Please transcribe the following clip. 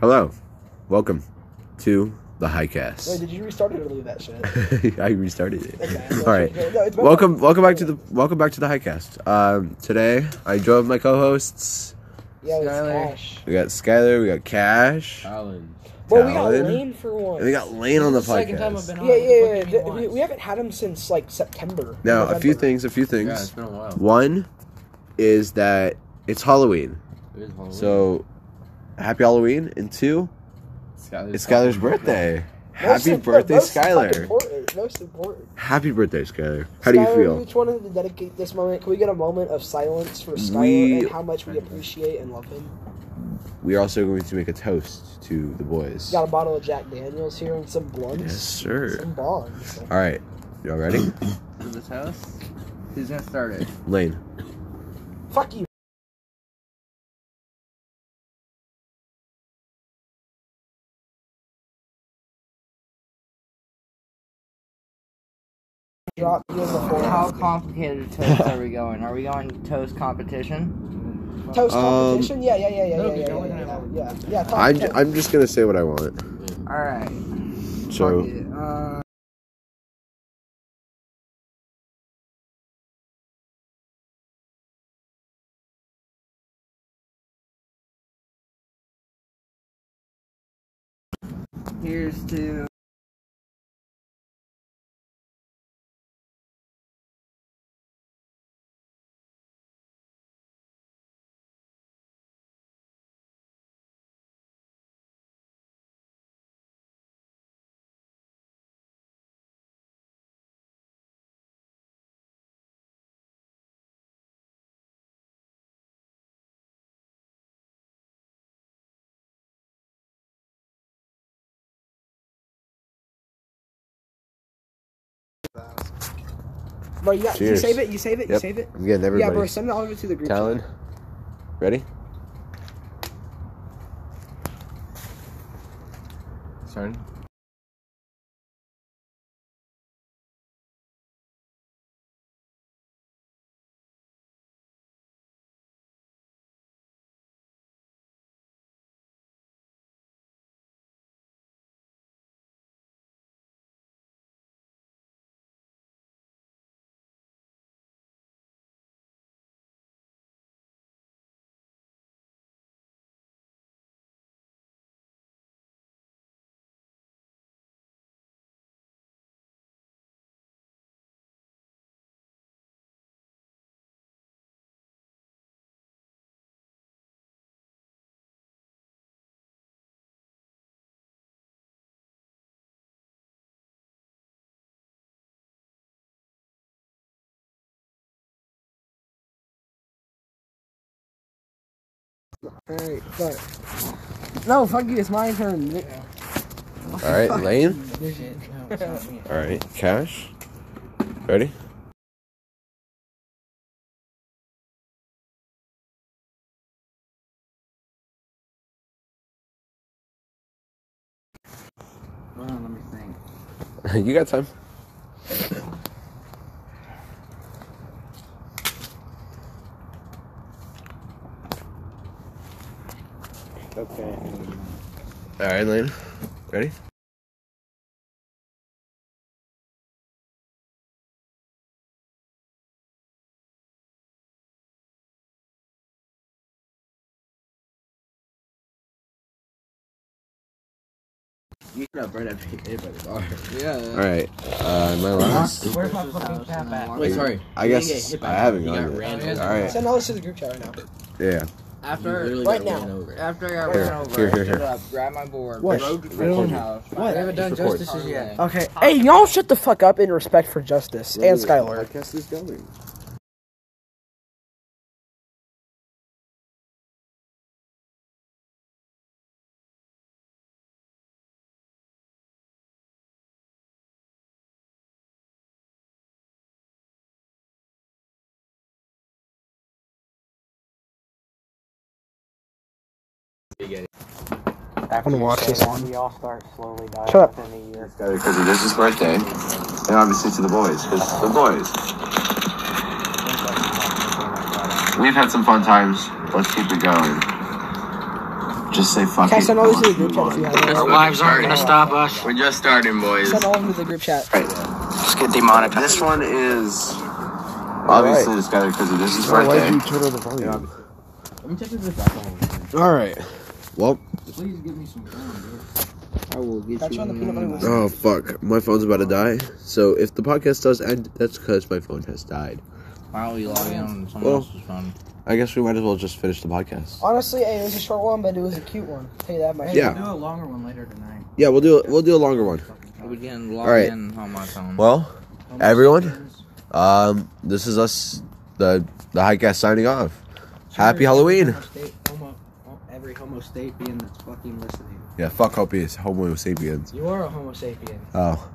Hello, welcome to the Highcast. Wait, did you restart it or leave that shit? I restarted it. Okay, so All right. it's okay. No, it's my welcome, fault. welcome back to the welcome back to the Highcast. Um, today I drove my co-hosts. Yeah, it's Skylar. Ash. We got Skylar. We got Cash. Alan. Well, we got Talon. Lane for once. And we got Lane on the This is Second time I've podcast. been on. yeah, What the yeah, yeah. fuck do you Th- mean we, once? we haven't had him since like September. Now a few November. things. A few Yeah, it's things. been a while. One is that it's Halloween, It is Halloween. so happy Halloween. And two, Skylar's, it's Skylar's birthday. Most Happy im- no, birthday, most fucking Skylar. Important, most important. Happy birthday, Skylar. How do you Skylar, feel? We just wanted to dedicate this moment. Can we get a moment of silence for Skylar We- and how much we appreciate and love him? We are also going to make a toast to the boys. Got a bottle of Jack Daniels here and some blunts. Yes, sir. Some bongs. All right, y'all ready? In this house? Who's gonna start it? Lane. Fuck you. Drop you in the How floor. complicated a toast are we going? Are we going toast competition? Toast Um, competition? yeah, yeah, yeah, yeah, no, yeah, yeah, no, yeah, no, yeah, no. yeah, yeah. Talk, I, talk. am just gonna say what I want. All right. So Uh, here's to Bro, you, got, you Cheers. save it, you save it, you Yep. save it. I'm getting everybody. Yeah, bro, send all of it to the group. Talon, ready? Starting? Alright, fuck. No, fuck you, it's my turn. Oh, All right, Lane. All right, Cash. Ready? Hold on, let me think. you got time. Okay. All right, Lane. Ready? You can have right after you pay by the bar. All Yeah. right. Uh, my Uh-huh. last. Where's my fucking cap at? Wait, sorry. I You didn't guess get hit by I that. haven't You gone got yet. ran All over. right. Send all this to the group chat right now. Yeah. You After literally Right got ran now. over. after I got Here. ran over, Here, I here, stood here. up, grabbed my board, What? rode to Record. the house. What? I haven't done Record. justices yet. Okay. Hey, y'all shut the fuck up and respect for justice and Skylar. Podcast is going. After gonna watch you say this that, one. We all start slowly dying Shut up. within a year. Because it is his birthday, and obviously to the boys. It's the boys. We've had some fun times. Let's keep it going. Just say fuck Okay, it. send all Oh this to the group chat if you have it. Our wives aren't gonna stop us. We're just starting, boys. Send all of them to the group chat. Let's get demonetized. This one is obviously it's got because this is birthday. turn on the volume? Let me check if there's alcohol. in here. All right. Well, Please give me some corn, I will get That's you. on the in peanut butter one. one. oh fuck, my phone's about to die. So if the podcast does end, that's because my phone has died. dude. Why don't we log in on someone Well- else's phone? I guess we might as well just finish the podcast. Honestly, hey, it was a short one, but it was a cute one. Hey, that might. Yeah. do a longer one later tonight. Yeah, we'll do we'll do a longer one. We can log Alright. in on my phone. Well, everyone, um, this is us, the the highcast signing off. Happy Halloween. Every homo sapien that's fucking listening. Yeah, fuck hopies, homo sapiens. You are a homo sapien. Oh,